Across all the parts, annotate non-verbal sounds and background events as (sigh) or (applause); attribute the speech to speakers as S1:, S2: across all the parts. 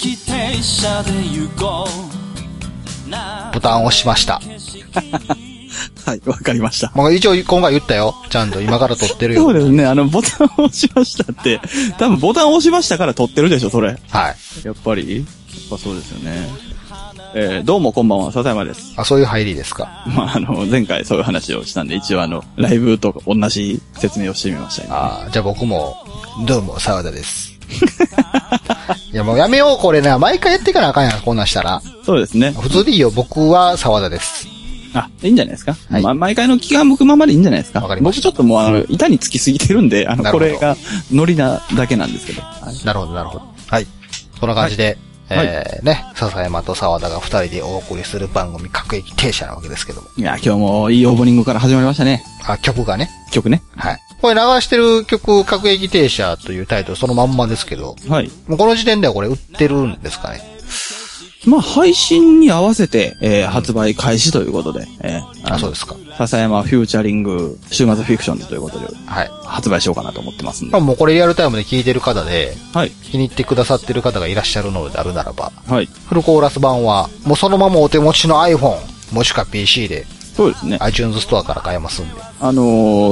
S1: 列車で行こう
S2: ボタンを押しました。
S3: はい、わかりました。
S2: まあ、一応今回言ったよ。ちゃんと今から撮ってる
S3: そう
S2: よ。
S3: ですね、あの、ボタンを押しました (laughs) って、多分ボタンを押しましたから撮ってるでしょ、それ。
S2: はい。
S3: やっぱりやっぱそうですよね。えーどうもこんばんは、笹山です。 (laughs)
S2: あ、そういう入りですか。
S3: まあ、あの、前回そういう話をしたんで、一応あの、ライブと同じ説明をしてみました、今
S2: ああ、じゃあ僕も、どうも、沢田
S3: (laughs)
S2: です。いや、もうやめよう、これな。毎回やっていかなあかんやん、こんなんしたら。
S3: そうですね。
S2: 普通でいいよ、僕は沢田です。
S3: あ、いいんじゃないですか。
S2: はい
S3: まあ、毎回の気が向くままでいいんじゃないですか。
S2: わかりました
S3: 僕ちょっともう、あの、板につきすぎてるんで、あの、
S2: なる
S3: こ
S2: ほど
S3: れがノリなだけなんですけど。はい
S2: なるほど、なるほど。はい。そんな感じで、
S3: はい
S2: えー、ね、笹山と沢田が二人でお送りする番組、各駅停車なわけですけども。
S3: いや、今日もいいオープニングから始まりましたね。
S2: あ、曲がね。
S3: 曲ね。
S2: はい。これ流してる曲、各駅停車というタイトルそのまんまですけど、
S3: はい。
S2: もうこの時点ではこれ売ってるんですかね。
S3: まあ、配信に合わせて、えー発売開始ということで、えー
S2: あ、そうですか。
S3: の笹山フューチャリング、週末フィクションズということで、
S2: はい。
S3: 発売しようかなと思ってますんで。
S2: まあもうこれリアルタイムで聴いてる方で、
S3: はい。
S2: 気に入ってくださってる方がいらっしゃるのであるならば、
S3: はい。
S2: フルコーラス版は、もうそのままお手持ちの iPhone、もしくは PC で、
S3: そうですね。
S2: iTunes ストアから買えますんで。
S3: あの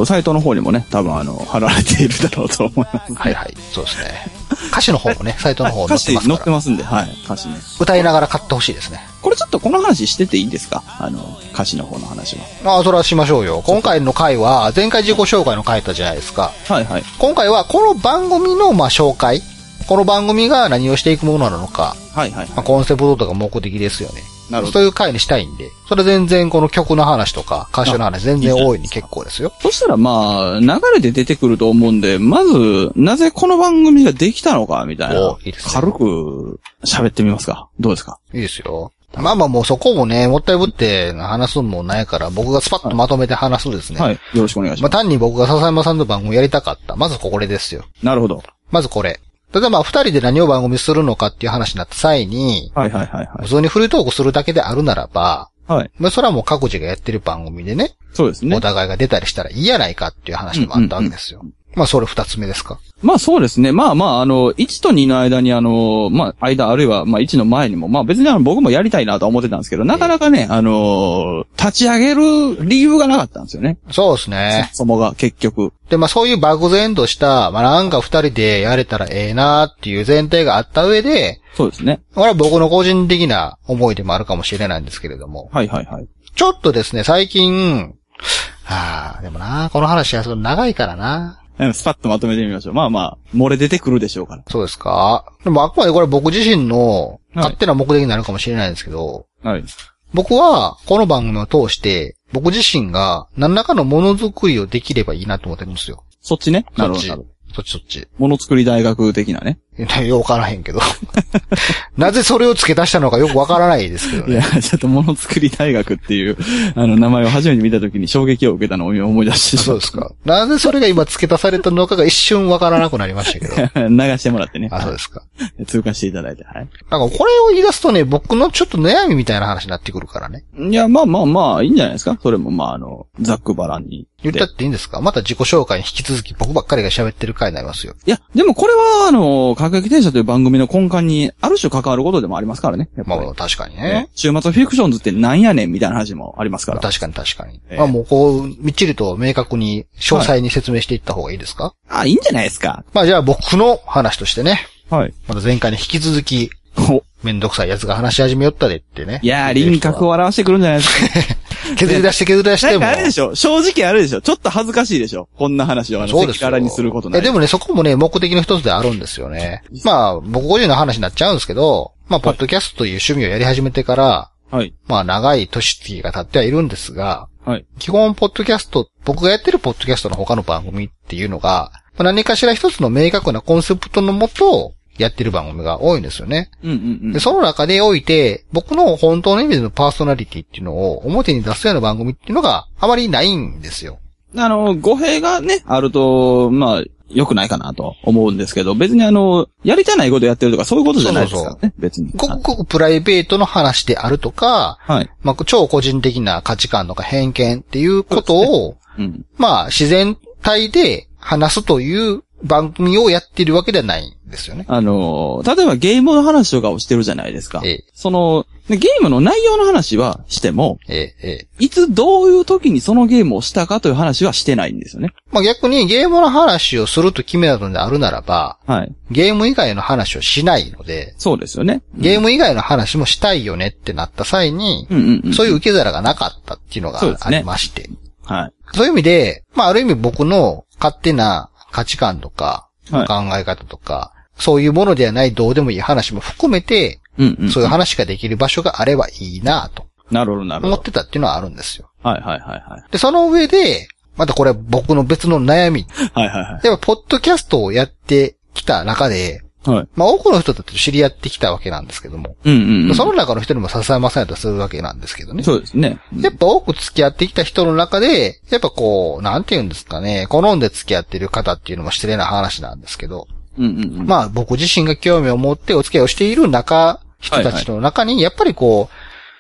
S3: ーサイトの方にもね、多分あの、貼られているだろうと思います。
S2: はいはい。そうですね。歌詞の方も (laughs) ね、サイトの方載
S3: 歌
S2: って
S3: 詞
S2: ます
S3: 載
S2: か
S3: って
S2: ら。
S3: ますんで、はい。歌詞ね。
S2: 歌いながら買ってほしいですね。
S3: これちょっとこの話してていいですかあの、歌詞の方の話は。
S2: まあ、それはしましょうよ。今回の回は、前回自己紹介の回だったじゃないですか。
S3: はいはい。
S2: 今回は、この番組の、まあ、紹介。この番組が何をしていくものなのか、
S3: はいはい。
S2: まあ、コンセプトとか目的ですよね。
S3: なるほ
S2: そ
S3: ど。
S2: ういう回にしたいんで、それ全然この曲の話とか、歌手の話全然大いに結構ですよ。
S3: そしたらまあ、流れで出てくると思うんで、まず、なぜこの番組ができたのか、みたいな
S2: おいいです。ね
S3: 軽く喋ってみますかどうですか
S2: いいですよ。まあまあもうそこもね、もったいぶって話すんもんないから、僕がスパッとまとめて話すですね。
S3: はい。よろしくお願いし
S2: ま
S3: ま
S2: あ単に僕が笹山さんの番組やりたかった。まずこれですよ。
S3: す。なるほど。
S2: まずこれ。ただまあ二人で何を番組するのかっていう話になった際に、
S3: はいはいはいは
S2: 普通にフリートークするだけであるならば、
S3: い。はい。
S2: まあそれはもう各自がやってる番組でね、
S3: そうですね
S2: お。互いが出たりしたらいいやないかっていう話でもあったわけですよ。まあそれ二つ目ですか。
S3: まあそうですね。まあまあ、あの、1と2の間に、あの、まあ、間あるいは、まあ1の前にも、まあ別にあの僕もやりたいなとは思ってたんですけど、なかなかね、あの、立ち上げる理由がなかったんですよね。
S2: そうですね。
S3: そもが結局。
S2: で、まあそういう漠然とした、まあなんか二人でやれたらええなっていう前提があった上で、
S3: そうですね。
S2: これは僕の個人的な思いでもあるかもしれないんですけれども、
S3: はいはいはい。
S2: ちょっとですね、最近、ああ、でもな、この話はその長いからな。
S3: うんスパッとまとめてみましょう。まあまあ、漏れ出てくるでしょうから。
S2: そうですかでもあくまでこれ僕自身の
S3: い
S2: 勝手な目的になるかもしれないんですけど、
S3: はい。
S2: 僕はこの番組を通して、僕自身が何らかのものづくりをできればいいなと思ってるんですよ。
S3: そっちね。な
S2: そ
S3: る
S2: っ
S3: ほ
S2: ち。
S3: どなる
S2: そ
S3: ほど。
S2: っちそっち。
S3: もの作り大学 (laughs) 的なね。
S2: (laughs) よくわからへんけど。なぜそれを付け足したのかよくわからないですけど
S3: い
S2: ね
S3: や。、ちょっともの作り大学っていう、あの、名前を初めて見た時に衝撃を受けたのを今思い出して。
S2: そうです。か。なぜそれが今付け足されたのかが一瞬わからなくなりましたけど。
S3: (laughs) 流してもらってね。
S2: あ、そうですか。
S3: 通過していただいて。はい。
S2: なんかこれを言い出すとね、僕のちょっと悩みみたいな話になってくるからね。
S3: いや、まあまあまあ、いいんじゃないですかそれも、まあ、あの、ざっくばらんに。
S2: 言った
S3: で
S2: っていいんですかまた自己紹介に引き続き僕ばっかりが喋ってる回になりますよ。
S3: いや、でもこれは、あの、各駅停車という番組の根幹に、ある種関わることでもありますからね。やっぱ
S2: ま
S3: り
S2: あ確かに
S3: ね
S2: ね。
S3: 週末フィクションズってなんやねんみたいな話もありますから。
S2: 確かに確かに。
S3: ええ
S2: まあもうこう、みっちりと明確に詳細に説明していった方がいいですか、
S3: あ、いいんじゃないですか。
S2: まあじゃあ僕の話としてね。
S3: はい。
S2: また前回に引き続き、
S3: お、
S2: めんどくさい奴が話し始めよったでってね。
S3: いやー、輪郭を表してくるんじゃないですか。
S2: 削り出して削り出し
S3: な
S2: て
S3: ん
S2: も
S3: かあ。れでしょ正直あれでしょちょっと恥ずかしいでしょこんな話を、あの、
S2: そう
S3: 赤
S2: ですよ
S3: 裸々にすることない。
S2: え、でもね、そこもね、目的の一つであるんですよね。まあ、僕個人の話になっちゃうんですけど、まあ、ポッドキャストという趣味をやり始めてから、
S3: はい。
S2: まあ、長い年月が経ってはいるんですが、
S3: はい。
S2: 基本、ポッドキャスト、僕がやってるポッドキャストの他の番組っていうのが、まあ何かしら一つの明確なコンセプトのもと、やってる番組が多いんですよね。
S3: うんうんう
S2: で、
S3: ん。
S2: その中でおいて、僕の本当の意味でのパーソナリティっていうのを表に出すような番組っていうのがあまりないんですよ。
S3: あの、語弊がね、あると、まあ、良くないかなと思うんですけど、別にあの、やりたないことやってるとかそういうことじゃないですからね、別に。
S2: ごくごくプライベートの話であるとか、
S3: はい。
S2: まあ、超個人的な価値観とか偏見っていうことを、
S3: うん。
S2: まあ、自然体で話すという番組をやってるわけではないんですよね。
S3: あの、例えばゲームの話とかをしてるじゃないですか。
S2: ええ
S3: その、でゲームの内容の話はしても、
S2: ええ、ええ。
S3: いつどういう時にそのゲームをしたかという話はしてないんですよね。
S2: まあ、逆にゲームの話をすると決めたのであるならば、
S3: はい。
S2: ゲーム以外の話をしないので、
S3: そうですよね。
S2: ゲーム以外の話もしたいよねってなった際に、
S3: うんうんうん。
S2: そういう受け皿がなかったっていうのが
S3: そうです
S2: あ
S3: ね
S2: りまして。そう,、
S3: はい。
S2: いう意味で、まあある意味僕の勝手な価値観とか、
S3: はい
S2: 考え方とか、そういうものではないどうでもいい話も含めて、
S3: うんうん。
S2: そういう話ができる場所があればいいなと
S3: なるほど、なる
S2: 思
S3: ほ
S2: って
S3: ど。
S2: たっていうのはあるんですよ。
S3: はいはいはいはい。
S2: で、その上で、またこれは僕の別の悩み。
S3: はいは
S2: やっぱ、ポッドキャストをやってきた中で、
S3: いはい。はい。
S2: まあ多くの人たちと知り合ってきたわけなんですけども、
S3: うんうんうん。
S2: その中の人にも支えませんとするわけなんですけどね。
S3: そうですね。うん
S2: やっぱ多く付き合ってきた人の中で、やっぱこう、なんて言うんですかね、好んで付き合ってる方っていうのも失礼な話なんですけど、
S3: うんうんうん。
S2: まあ僕自身が興味を持ってお付き合いをしている中、人たちの中に、やっぱりこ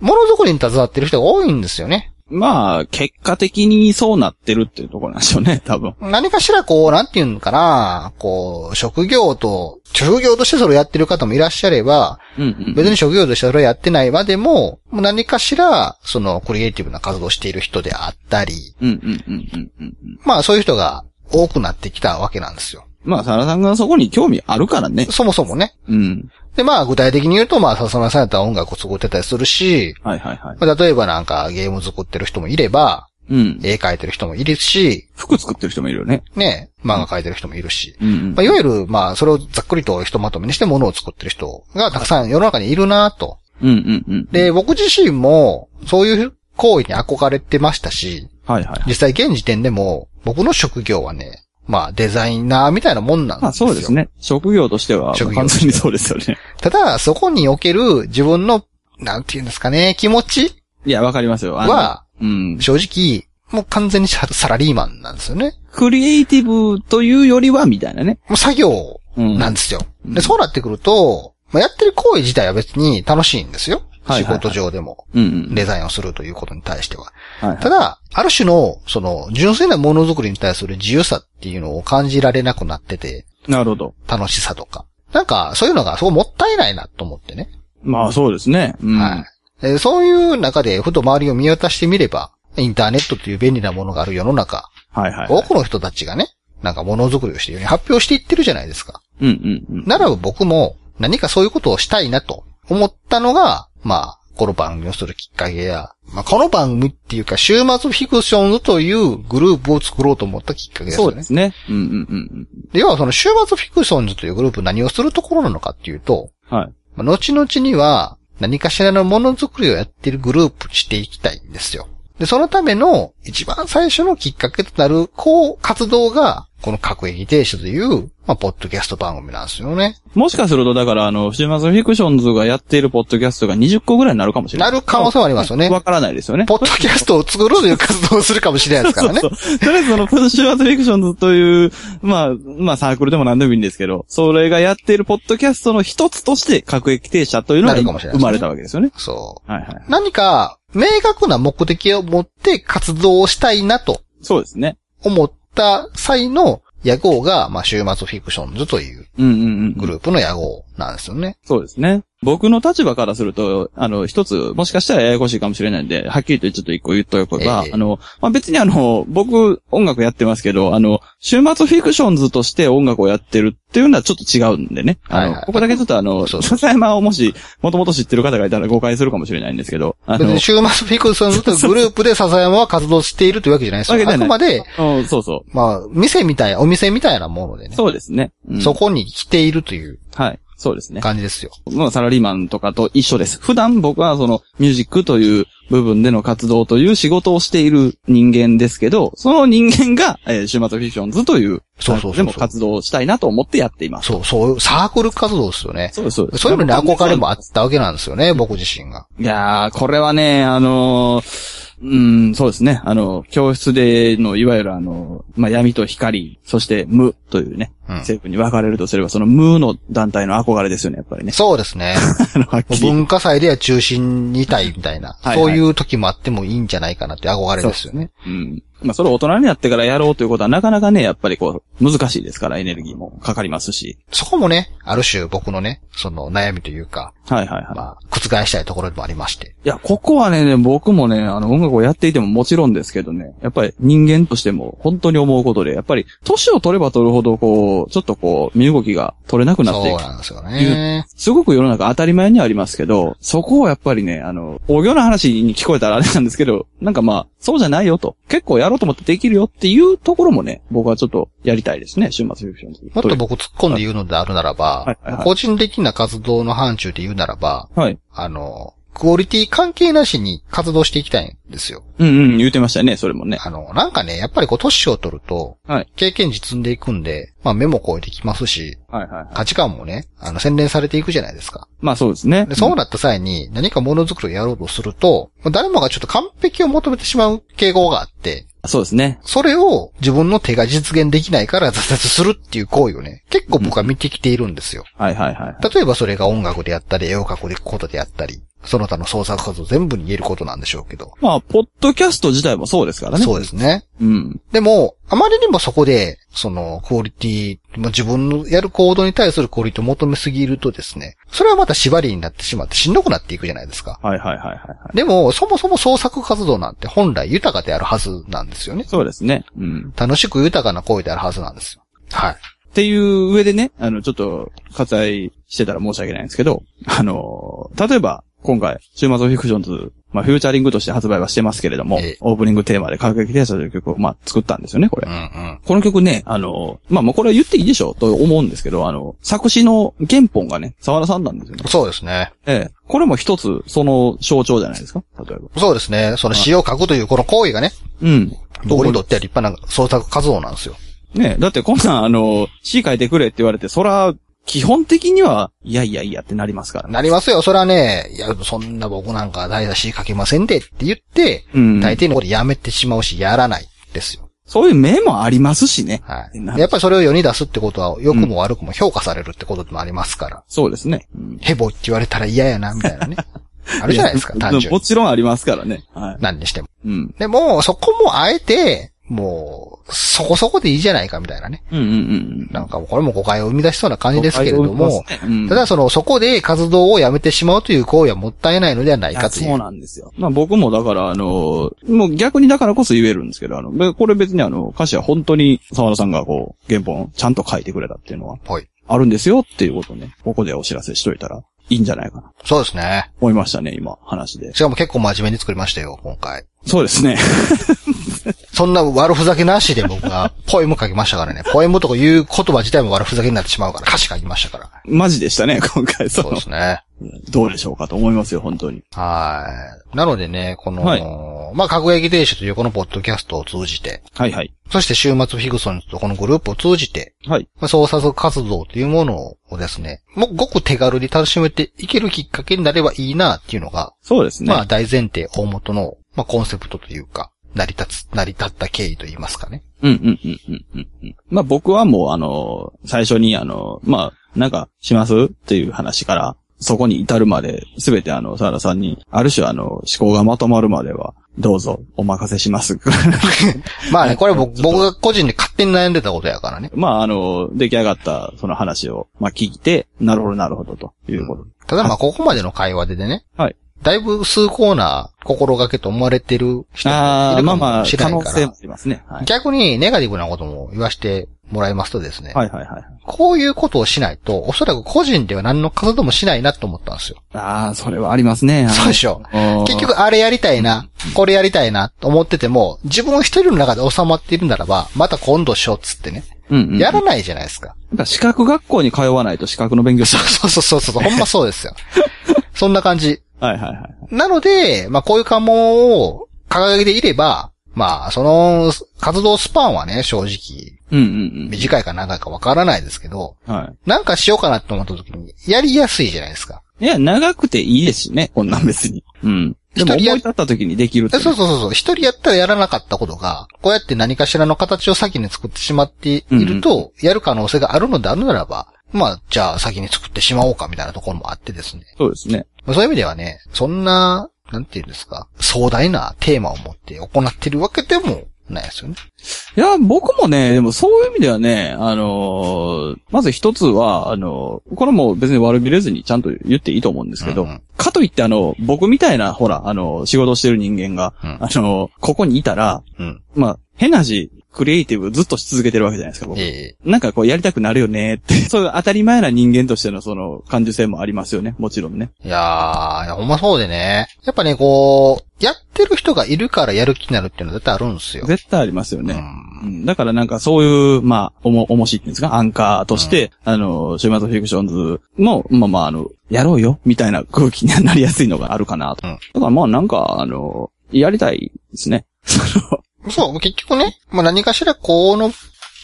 S2: う、ものづくりに携わってる人が多いんですよね。
S3: まあ、結果的にそうなってるっていうところなんでしょうね、多分。
S2: 何かしらこう、なんて言うのかな、こう、職業と、職業としてそれをやってる方もいらっしゃれば、
S3: うんうん。
S2: 別に職業としてそれをやってないまでも、もう何かしら、その、クリエイティブな活動をしている人であったり、
S3: うんうんうんうんうんうん。
S2: まあそういう人が多くなってきたわけなんですよ。
S3: まあ、サラさんがそこに興味あるからね。
S2: そもそもね。
S3: うん。
S2: で、まあ具体的に言うと、まあ、笹村さんやったら音楽を作ってたりするし、
S3: はいはいはい。
S2: まあ例えばなんかゲーム作ってる人もいれば、
S3: うん。
S2: 絵描いてる人もいるし、
S3: 服作ってる人もいるよね。
S2: ね、漫画描いてる人もいるし。
S3: うんう
S2: ま
S3: ん
S2: あ、いわゆる、まあ、それをざっくりとひとまとめにして物を作ってる人がたくさん世の中にいるなと。
S3: うんうんうん。
S2: で、僕自身も、そういう行為に憧れてましたし、
S3: はいはい。
S2: 実際現時点でも、僕の職業はね、まあ、デザイナーみたいなもんなんです
S3: ま
S2: よ。
S3: あそうですね。職業としては、
S2: 職業
S3: 完全にそうですよね。
S2: ただ、そこにおける自分の、なんて言うんですかね、気持ち
S3: いや、わかりますよ。あの
S2: は、
S3: うん。
S2: 正直、もう完全にササラリーマンなんですよね。
S3: クリエイティブというよりは、みたいなね。
S2: もう作業
S3: うん。
S2: なんですよ。で、そうなってくると、まあ、やってる行為自体は別に楽しいんですよ。
S3: はいはいはい
S2: 仕事上でも、
S3: うんうん。
S2: デザインをするということに対しては。
S3: はいはい
S2: ただ、ある種の、その、純粋なものづくりに対する自由さっていうのを感じられなくなってて、
S3: なるほど。
S2: 楽しさとか。なんか、そういうのがすごいもったいないなと思ってね。
S3: まあそうですね。うん
S2: はい。えーそういう中で、ふと周りを見渡してみれば、インターネットという便利なものがある世の中、
S3: はいはいは
S2: 多
S3: い。
S2: くの人たちがね、なんかものづくりをしているように発表していってるじゃないですか。
S3: うんうんうん。
S2: ならば僕も何かそういうことをしたいなと思ったのが、まあ、この番組をするきっかけや、まあ、この番組っていうか、週末フィクションズというグループを作ろうと思ったきっかけです
S3: そ
S2: よ
S3: うで
S2: ね。
S3: すね。うんうんうん
S2: で、要はその週末フィクションズというグループ何をするところなのかっていうと、
S3: うん。はい。
S2: まあ後々には何かしらのものづくりをやってるグループにしていきたいんですよ。で、そのための一番最初のきっかけとなる、こう、活動が、この各駅停止という、まあ、ポッドキャスト番組なんですよね。
S3: もしかすると、だから、あの、週末フィクションズがやっているポッドキャストが20個ぐらいになるかもしれな。
S2: ないる可能性もありますよね。
S3: わからないですよね。
S2: ポッドキャストを作るという活動をするかもしれないですからね。
S3: そうそう。とりあえずその、プッシュアートフィクションズという、まあ、まあサークルでも何でもいいんですけど、それがやっているポッドキャストの一つとして、各駅停車というのが
S2: なるか
S3: 今
S2: もしれないで
S3: 生
S2: すね
S3: まれたわけですよね。
S2: そ
S3: はいはい。
S2: う。何か、明確な目的を持って活動をしたいなと
S3: そうですね。
S2: 思った際の野号が、まあ、週末フィクションズという
S3: うんうんう
S2: グ
S3: ん。
S2: ループの野号なんですよね。
S3: そうですね。僕の立場からすると、あの、一つ、もしかしたらややこしいかもしれないんで、はっきりとちょっと一個言っとけば、
S2: ええ
S3: あの、まあ、別にあの、僕、音楽やってますけど、あの、週末フィクションズとして音楽をやってるっていうのはちょっと違うんでね。あの、
S2: はいはい
S3: ここだけちょっとあの、
S2: そう
S3: 笹山をもし、もともと知ってる方がいたら誤解するかもしれないんですけど、あ
S2: 別
S3: の
S2: に、週末フィクションズというグループで笹山は活動しているというわけじゃないです
S3: わけ
S2: よ。
S3: じゃ
S2: あ
S3: な
S2: く
S3: い
S2: まで、
S3: うんそうそ
S2: まあ、店みたい、お店みたいなもので
S3: う。
S2: ね。
S3: そうですね。うん
S2: そこに来ているという
S3: はい。そうですね。
S2: 感じですよ。
S3: もうサラリーマンとかと一緒です。普段僕はそのミュージックという部分での活動という仕事をしている人間ですけど、その人間が、えー週末フィクションズという、
S2: そうそうそうそう
S3: でも活動をしたいなと思ってやっています。
S2: そう、そういうサークル活動ですよね。
S3: そうです、そうです。
S2: そういうのに憧れもあったわけなんですよね、僕自身が。
S3: いやー、これはね、あのーうん、そうですね。あの、教室での、いわゆるあの、まあ、闇と光、そして無というね、
S2: うん
S3: 成分に分かれるとすれば、その無の団体の憧れですよね、やっぱりね。
S2: そうです
S3: (laughs)
S2: ね。
S3: あのはっ
S2: もう
S3: きり
S2: 文化祭では中心にいたいみたいな、
S3: はい
S2: そ
S3: はい
S2: ういう時もあってもいいんじゃないかなって憧れですよね。
S3: うん。まあ、それを大人になってからやろうということは、なかなかね、やっぱりこう、難しいですから、エネルギーもかかりますし。
S2: そこもね、ある種僕のね、その悩みというか、
S3: はいはいはい。
S2: まあ、覆したいところでもありまして。
S3: いや、ここはね、僕もね、あの、音楽をやっていてももちろんですけどね、やっぱり人間としても本当に思うことで、やっぱり年を取れば取るほど、こう、ちょっとこう、身動きが取れなくなってい
S2: そう
S3: く。
S2: なんですよね。
S3: すごく世の中当たり前にはありますけど、そこをやっぱりね、あの、大行な話に聞こえたらあれなんですけど、なんかまあ、そうじゃないよと。結構やろうと思ってできるよっていうところもね、僕はちょっとやりたいですね、週末フィクションに。
S2: もっと僕突っ込んで言うのであるならば
S3: はいはいは、い
S2: 個人的な活動の範疇で言うならば、
S3: はい。
S2: あの、クオリティ関係なしに活動していきたいんですよ。
S3: うんうん、言うてましたね、それもね。
S2: あの、なんかね、やっぱりこう、年を取ると
S3: はい、
S2: 経験値積んでいくんで、まあ目も超えてきますし、
S3: はいはい。
S2: 価値観もね、あの、洗練されていくじゃないですか。
S3: まあそうですね。
S2: で、そうなった際に何かものづくりをやろうとすると、まあ誰もがちょっと完璧を求めてしまう傾向があって、
S3: そうですね。
S2: それを自分の手が実現できないから挫折するっていう行為をね、結構僕は見てきているんですよ。
S3: はいはいはい。
S2: 例えばそれが音楽であったり、絵を描くことであったり、その他の創作活動全部に言えることなんでしょうけど。
S3: まあ、ポッドキャスト自体もそうですからね。
S2: そうですね。
S3: うん。
S2: でも、あまりにもそこで、その、クオリティ、まあ自分のやる行動に対するクオリティを求めすぎるとですね、それはまた縛りになってしまってしんどくなっていくじゃないですか。
S3: はいはいはいはいはい。
S2: でも、そもそも創作活動なんて本来豊かであるはずなんですよね。
S3: そうですね。うん。
S2: 楽しく豊かな行為であるはずなんですよ。はい。
S3: っていう上でね、あの、ちょっと、割愛してたら申し訳ないんですけど、あのー例えば、今回、週末フィクションズ、まあ、フューチャリングとして発売はしてますけれども
S2: ええ、
S3: オープニングテーマで各撃停車という曲を、まあ、作ったんですよね、これ。
S2: うんうん。
S3: この曲ね、あのーまあ、もうこれは言っていいでしょうと思うんですけど、あの、作詞の原本がね、沢田さんなんですよね。
S2: そうですね。
S3: ええ。これも一つ、その象徴じゃないですか例えば。
S2: そうですね。その詩を書くというこの行為がね、
S3: うん。
S2: 僕にとっては立派な創作活動なんですよ。
S3: ねだってこんなん、あの、詩書いてくれって言われて、そら、基本的には、いやいやいやってなりますからね。
S2: なりますよ。それはね、いや、そんな僕なんか大だし書けませんでって言って、
S3: うん。
S2: 大抵のことやめてしまうし、やらないですよ。
S3: そういう面もありますしね。
S2: はい
S3: な。
S2: やっぱりそれを世に出すってことは、良くも悪くも評価されるってことでもありますから。
S3: そうですね。うん。
S2: ヘボって言われたら嫌やな、みたいな
S3: (laughs)
S2: ね。あるじゃないですか、
S3: や
S2: 単純
S3: も
S2: に。
S3: ちろんありますからね。は
S2: 何にしても。
S3: い。うん。
S2: でも、そこもあえて、もう、そこそこでいいじゃないかみたいなね。
S3: うんうんうん。
S2: なんかもうこれも誤解を生み出しそうな感じですけれど
S3: 誤解を
S2: も
S3: 生み、ますねうん
S2: ただその、そこで活動をやめてしまうという行為はもったいないのではない
S3: い
S2: か
S3: や
S2: とい
S3: そう
S2: う。
S3: なんですよ。まあ僕もだから、あの、もう逆にだからこそ言えるんですけど、あの、べこれ別にあの、歌詞は本当に沢田さんがこう、原本ちゃんと書いてくれたっていうのは、
S2: はい。
S3: あるんですよっていうことをね、ここでお知らせしといたらいいんじゃないかな。
S2: そうですね。
S3: 思いましたね、今、話で。
S2: しかも結構真面目に作りましたよ、今回。
S3: そうですね。 (laughs)
S2: そんな悪ふざけなしで僕
S3: (laughs)
S2: が、ポエム書きましたからね。ポエムとかいう言葉自体も悪ふざけになってしまうから、歌詞書きましたから。
S3: マジでしたね、今回。そ
S2: そう
S3: の
S2: で、すね。
S3: どうでしょうかと思いますよ、本当に。
S2: はい。なのでね、この、
S3: は
S2: まあ、格撃停止というこのポッドキャストを通じて、
S3: はいはい。
S2: そして週末ヒグソンとこのグループを通じて、
S3: はい。
S2: まあ、創作活動というものをですね、もうごく手軽に楽しめていけるきっかけになればいいなっていうのが、
S3: そうですね。
S2: まあ大前提、大元の、まあコンセプトというか、成り立つ、成り立った経緯といいますかね。
S3: うんうんうんうんうんうん。まあ僕はもうあの、最初にあの、まあ、なんか、しますっていう話から、そこに至るまで、すべてあの、沢田さんに、ある種あの、思考がまとまるまでは、どうぞ、お任せします。 (laughs)
S2: まあね、これ僕僕が個人で勝手に悩んでたことやからね。
S3: まああの、出来上がった、その話を、まあ聞いて、なるほどなるほど、ということ。
S2: ただまあここまでの会話でね、
S3: はい。
S2: だいぶ崇高な心がけと思われてる人もい
S3: ああ、
S2: る
S3: ま
S2: か
S3: あま
S2: も
S3: あ、
S2: しれ
S3: 可
S2: ない
S3: 能
S2: か
S3: 性
S2: ら
S3: もあ、りますね。はい。
S2: 逆にネガティブなことも言わせてもらいますとですね、
S3: はいはいはい。
S2: こういうことをしないと、おそらく個人では何の活動もしないなと思ったんですよ。
S3: ああ、それはありますね。
S2: そうでしょ。
S3: あー
S2: 結、局あれやりたいな、これやりたいなと思ってても、自分一人の中で収まっているならば、また今度しようっつってね。
S3: うん、うん。
S2: やらないじゃないですか。 (laughs)
S3: なんか資格学校に通わないと資格の勉強し
S2: そうそうそうそうそう、ほんまそうです
S3: (laughs)
S2: よ。そんな感じ。
S3: はいはいはい。
S2: なので、まあこういう関門を掲げていれば、まあその活動スパンはね、正直、
S3: うんうん
S2: 短いか長いかわからないですけど、
S3: うん。はい。
S2: なんかしようかなって思った時に、やりやすいじゃないですか。
S3: いや、長くていいですしね、こんなん別に。うん。
S2: 一
S3: でも
S2: 人
S3: 思い
S2: や
S3: 立った時にできるって
S2: え
S3: ね。
S2: そうそうそうそう。一人やったらやらなかったことが、こうやって何かしらの形を先に作ってしまっていると、やる可能性があるのであるならば、まあ、じゃあ先に作ってしまおうかみたいなところもあってですね。
S3: そうですね。
S2: まあそういう意味ではね、そんな、なんていうんですか、壮大なテーマを持って行っているわけでもなんですよね。
S3: いや、僕もね、でもそういう意味ではね、あのーまず一つは、あのーこれも別に悪びれずにちゃんと言っていいと思うんですけど、
S2: うんうん
S3: かといってあの、僕みたいな、ほら、あの仕事してる人間が、
S2: うん
S3: あのここにいたら、
S2: うん。
S3: まあ、変な話、クリエイティブずっとし続けてるわけじゃないですか、僕。
S2: え
S3: なんかこうやりたくなるよねって、 (laughs) そういう当たり前な人間としてのその感受性もありますよね、もちろんね。
S2: えいやー、いやほんまそうでね。やっぱね、こう、やってる人がいるからやる気になるっていうのは絶対あるんですよ。
S3: 絶対ありますよ
S2: う
S3: ね。
S2: ん。
S3: うんだからなんかそういう、まあ、おも、おもしいっていうんですか、アンカーとして、あの、週末フィクションズの、まあまあ、あの、やろうよ、みたいな空気になりやすいのがあるかなと。
S2: うん
S3: だからまあなんか、あの、やりたいですね。 (laughs)
S2: そう、結局ね、まあ、何かしらこの、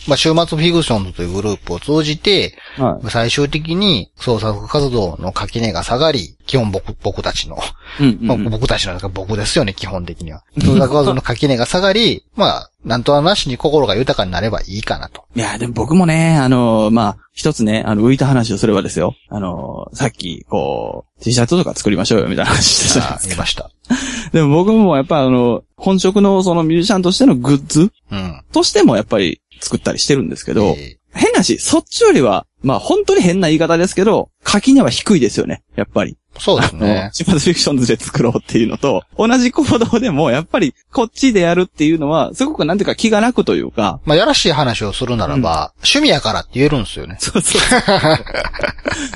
S2: まあ、週末フィグションズというグループを通じて、
S3: は
S2: 最終的に創作活動の垣根が下がり、基本僕、僕たちの、
S3: い。うん、うん
S2: まあ、
S3: うん。
S2: 僕たちなんですが僕ですよね、基本的には。創作活動の垣根が下がり、 (laughs) まあ、なんとなしに心が豊かになればいいかなと。
S3: いや、でも僕もね、あの、まあ、一つね、あの、浮いた話をすればですよ。あの、さっき、こう、T シャツとか作りましょうよ、みたいな (laughs) 話してたじゃない
S2: あ
S3: で
S2: ー
S3: す
S2: 言い
S3: か。
S2: ました。
S3: でも僕もやっぱあの、本職のそのミュージシャンとしてのグッズ
S2: うん。
S3: としてもやっぱり作ったりしてるんですけど、
S2: え
S3: 変なし、そっちよりは、まあ本当に変な言い方ですけど、垣根は低いですよね、やっぱり。
S2: ーそう
S3: (laughs)
S2: ですね。
S3: シマズフィクションズで作ろうっていうのと、同じ行動でも、やっぱりこっちでやるっていうのは、すごくなんていうか気が楽というか、
S2: まあ、やらしい話をするならば、趣味やからって言えるんですよね。
S3: そうそうそう。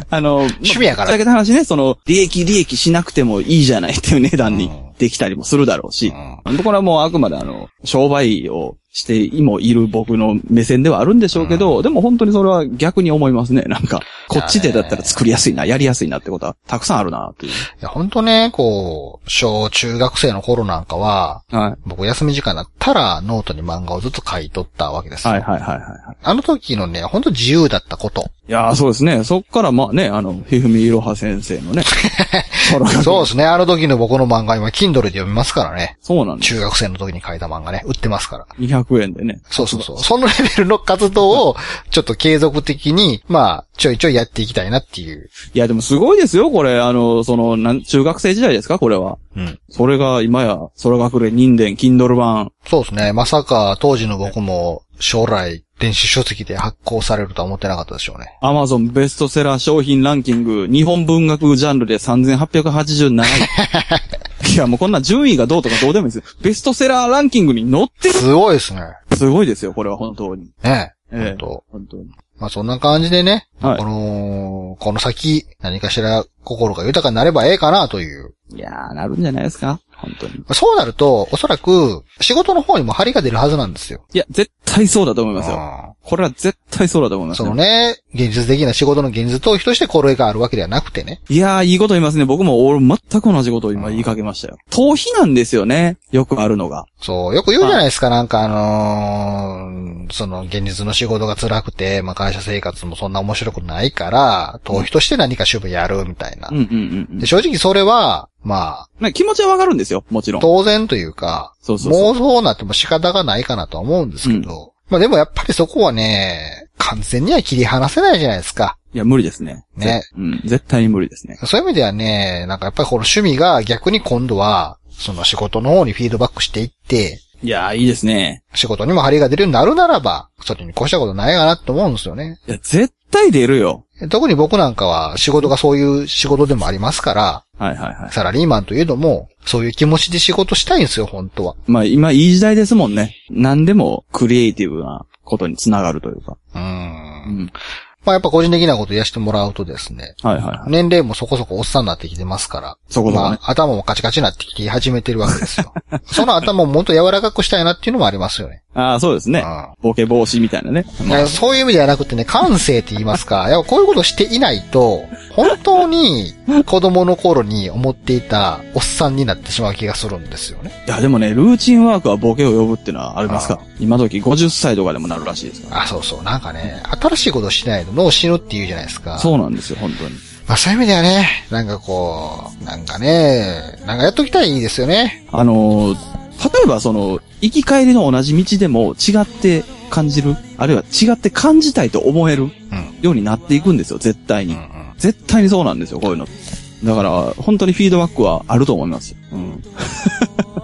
S3: あの、
S2: 趣味やから
S3: だけの話ね、その、利益利益しなくてもいいじゃないっていう値段に
S2: うん
S3: できたりもするだろうし
S2: う、ん
S3: これはもうあくまであの、商売をしてもいる僕の目線ではあるんでしょうけど、でも本当にそれは逆に思いますね。なんか、こっちでだったら作りやすいな、やりやすいなってことはたくさんあるな、っていう。
S2: いや、ほんとね、こう、小中学生の頃なんかは、
S3: はい。
S2: 僕休み時間になったらノートに漫画をずっと書いとったわけです。
S3: はいはいはいはいはい。
S2: あの時のね、ほんと自由だったこと。
S3: いやーそうですね。そっからまあね、あの、ひふみいろは先生のね、ソロが
S2: そうですね。あの時の僕の漫画今、Kindle で読みますからね。
S3: そうなんです。
S2: 中学生の時に書いた漫画ね、売ってますから。
S3: 200円でね。
S2: そうそうそう。そのレベルの活動を、ちょっと継続的に、まあ、ちょいちょいやっていきたいなっていう。
S3: いや、でもすごいですよ、これ。あの、その、なん、中学生時代ですかこれは。
S2: うん。
S3: それが今や、空学連人伝、Kindle 版。
S2: そうですね。まさか、当時の僕も、将来、電子書籍で発行されるとは思ってなかったでしょうね。
S3: アマゾンベストセラー商品ランキング、日本文学ジャンルで3887位。
S2: (laughs)
S3: いや、もうこんな順位がどうとかどうでもいいです。ベストセラーランキングに載って
S2: すごいですね。
S3: る。すごいですよ、これは本当に。
S2: ねえ。
S3: ええ
S2: 本当
S3: 本当に。
S2: まあそんな感じでね、
S3: はい
S2: この、この先、何かしら心が豊かになればええかなという。
S3: いやー、なるんじゃないですか本当に。
S2: そうなると、おそらく、仕事の方にも張りが出るはずなんですよ。
S3: いや、絶対そうだと思いますよ。
S2: う
S3: これは絶対そうだと思いま
S2: ん
S3: す
S2: その
S3: ね、
S2: ね、現実的な仕事の現実逃避としてこれがあるわけではなくてね。
S3: いやー、いいこと言いますね。僕も、俺、全く同じことを今言いかけましたよ。逃避なんですよね。よくあるのが。
S2: そう、よく言うじゃないですか、なんかあのーその現実の仕事が辛くて、まあ会社生活もそんな面白くないから、逃避として何か趣味やるみたいな
S3: うん。うんうんうん
S2: で正直それは、ま
S3: まあ。気持ちはわかるんですよ。もちろ
S2: あ、
S3: ん。
S2: 当然というか、
S3: そうそうそう。
S2: もうそうなっても仕方がないかなとは思うんですけど。まあでもやっぱりそこはね、完全には切り離せないじゃないですか。
S3: いや、無理ですね。
S2: ね
S3: ぜ。うん。絶対に無理ですね。
S2: そういう意味ではね、なんかやっぱりこの趣味が逆に今度は、その仕事の方にフィードバックしていって、
S3: いやー、いいですね。
S2: 仕事にも張りが出るようになるならば、それに越したことないかなと思うんですよね。
S3: いや、絶対出るよ。
S2: 特に僕なんかは仕事がそういう仕事でもありますから、
S3: はいはいはい。
S2: サラリーマンといえども、そういう気持ちで仕事したいんですよ、本当は。
S3: まあ、今、いい時代ですもんね。何でも、クリエイティブなことにつながるというか。
S2: う。
S3: うんん。
S2: まあやっぱ個人的なことやしてもらうとですね、
S3: はいはいはい。
S2: 年齢もそこそこおっさんになってきてますから。
S3: そこそこね
S2: まあ、頭もカチカチになってきて始めてるわけです
S3: (laughs)
S2: よ。その頭をもっと柔らかくしたいなっていうのもありますよね。
S3: ああ、そうですね。
S2: う
S3: ボケ防止みたいなね。
S2: ん、だからそういう意味ではなくてね、感性って言います
S3: (laughs)
S2: か、やっぱこういうことしていないと、本当に子供の頃に思っていたおっさんになってしまう気がするんですよね。
S3: いや、でもね、ルーチンワークはボケを呼ぶってのはありますか今時50歳とかでもなるらしいですから。
S2: あ、そうそう。なんかね、新しいことしないと脳死ぬって言うじゃないですか。
S3: そうなんですよ、本当に。
S2: まあそういう意味ではね、なんかこう、なんかね、なんかやっときたいですよね。
S3: あのー例えばその、行き帰りの同じ道でも違って感じる、あるいは違って感じたいと思える
S2: ん
S3: ようになっていくんですよ、絶対
S2: う
S3: に。
S2: んうん。
S3: 絶対にそうなんですよ、こういうの。だから、本当にフィードバックはあると思います。うん。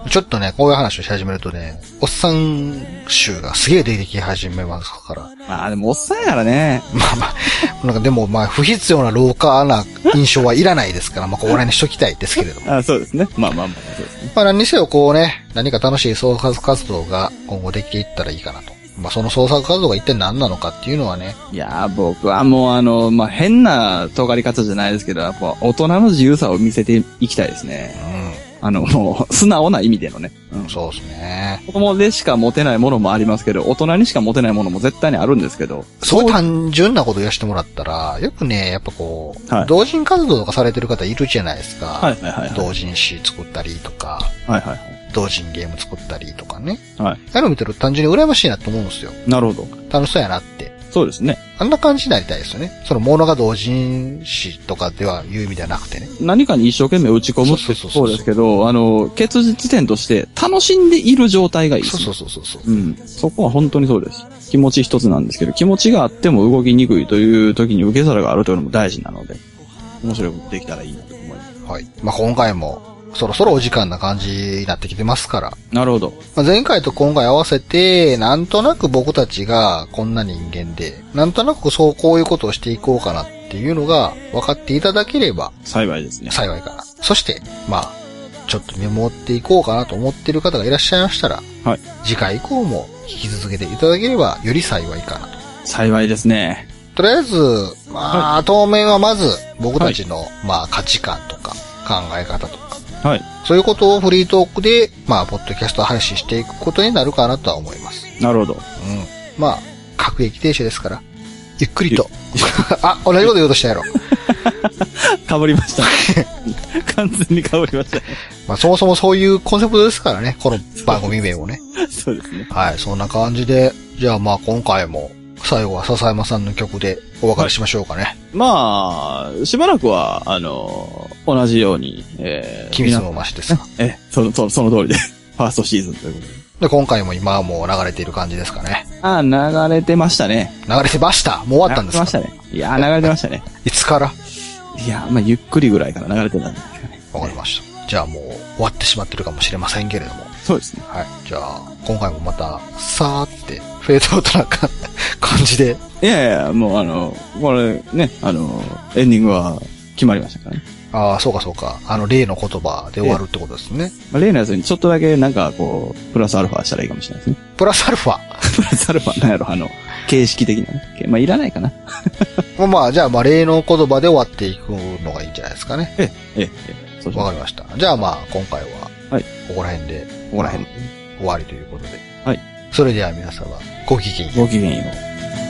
S2: ちょっとね、こういう話をし始めるとね、おっさん集がすげえ出てき始めますから。
S3: まあでもおっさんやからね。
S2: まあまあ、なんかでもまあ不必要な老化な印象はいらないですから、まあここら辺にしときたいですけれ (laughs) ども。
S3: あそうですね。まあまあまあ、そうですね。
S2: まあ何にせよこうね、何か楽しい創作活動が今後できていったらいいかなと。まあその創作活動が一体何なのかっていうのはね、
S3: いやー、僕はもうあの、まあ変な尖り方じゃないですけど、やっぱ大人の自由さを見せていきたいですね。
S2: う
S3: あの、もう、素直な意味でのね。うん
S2: ん、。そうですね。
S3: 子供でしか持てないものもありますけど、大人にしか持てないものも絶対にあるんですけど。
S2: そういう単純なことを言わせてもらったら、よくね、やっぱこう、
S3: はい
S2: 同人活動とかされてる方いるじゃないですか。
S3: はいはいはいはい。
S2: 同人誌作ったりとか、
S3: はいはい
S2: 同人ゲーム作ったりとかね。
S3: はい。は
S2: ああいうの見てると単純に羨ましいなと思うんですよ。
S3: い。なるほど。
S2: 楽しそうやなって。
S3: そうですね。
S2: あんな感じになりたいですよね。そのものが同人誌とかでは言う意味ではなくてね。
S3: 何かに一生懸命打ち込むって
S2: そうそうそうそう
S3: そうですけど、あの、結実点として楽しんでいる状態がいいです
S2: そう
S3: ね、
S2: そうそうそうそう。
S3: うん。そこは本当にそうです。気持ち一つなんですけど、気持ちがあっても動きにくいという時に受け皿があるというのも大事なので、面白くできたらいいなと思います。
S2: はい。まあ、今回もそろそろお時間な感じになってきてますから。
S3: なるほど。
S2: まあ、前回と今回合わせて、なんとなく僕たちがこんな人間で、なんとなくそうこういうことをしていこうかなっていうのが分かっていただければ
S3: 幸いですね。
S2: 幸いかな。そして、まあ、ちょっと見守っていこうかなと思っている方がいらっしゃいましたら、
S3: はい
S2: 次回以降も聞き続けていただければより幸いかなと。
S3: 幸いですね。
S2: とりあえず、まあ、当面はまず僕たちの、まあ、価値観とか考え方とか、
S3: はい。
S2: そういうことをフリートークで、まあ、ポッドキャスト配信していくことになるかなとは思います。
S3: なるほど。 (laughs)
S2: うん。まあ、各駅停止ですから、ゆっくりと。 (laughs) あ、同じこと言おうとしたやろ。
S3: かぶりま (laughs) した。完全にかぶりましたね。
S2: まあ、そもそもそういうコンセプトですからね、この番組名もね。
S3: そうですね。
S2: はい、そんな感じで、じゃあまあ今回も、最後は笹山さんの曲でお別れしましょうかね。
S3: まあ、しばらくは、あの、同じように、えー、
S2: 君のましですが。
S3: 皆え、その、その、その通りで、ファーストシーズンということで。
S2: で、今回も今はもう流れている感じですかね。
S3: あー、流れてましたね。
S2: 流れてましたもう終わったんです
S3: 流れてま
S2: か
S3: したね。いやー、流れてましたね。
S2: いつから
S3: いや、まあ、ゆっくりぐらいから流れてたんじゃないですかね。
S2: わかりました。じゃあもう終わってしまってるかもしれませんけれども。
S3: そうですね。
S2: はい。じゃあ、今回もまた、さーって、フェードアウトな感感じで、
S3: いやいや、もうあの、これね、あの、エンディングは決まりましたからね。
S2: ああ、そうかそうか。あの、例の言葉で終わるってことですね。
S3: まあ、例のやつにちょっとだけなんかこう、プラスアルファしたらいいかもしれないですね。
S2: プラスアルファ。
S3: プラスアルファなんやろ、あの、形式的なね。まあ、いらないかな。
S2: まあまあ、じゃあ、まあ、例の言葉で終わっていくのがいいんじゃないですかね。
S3: ええ、ええ、ええそうし
S2: わ
S3: ま
S2: か
S3: す。
S2: りました。じゃあまあ、今回は、
S3: はい
S2: ここら辺で
S3: ここら辺。
S2: 終わりということで。
S3: はい。
S2: それでは皆様、ごきげんよう。
S3: ごきげんよう。
S2: 「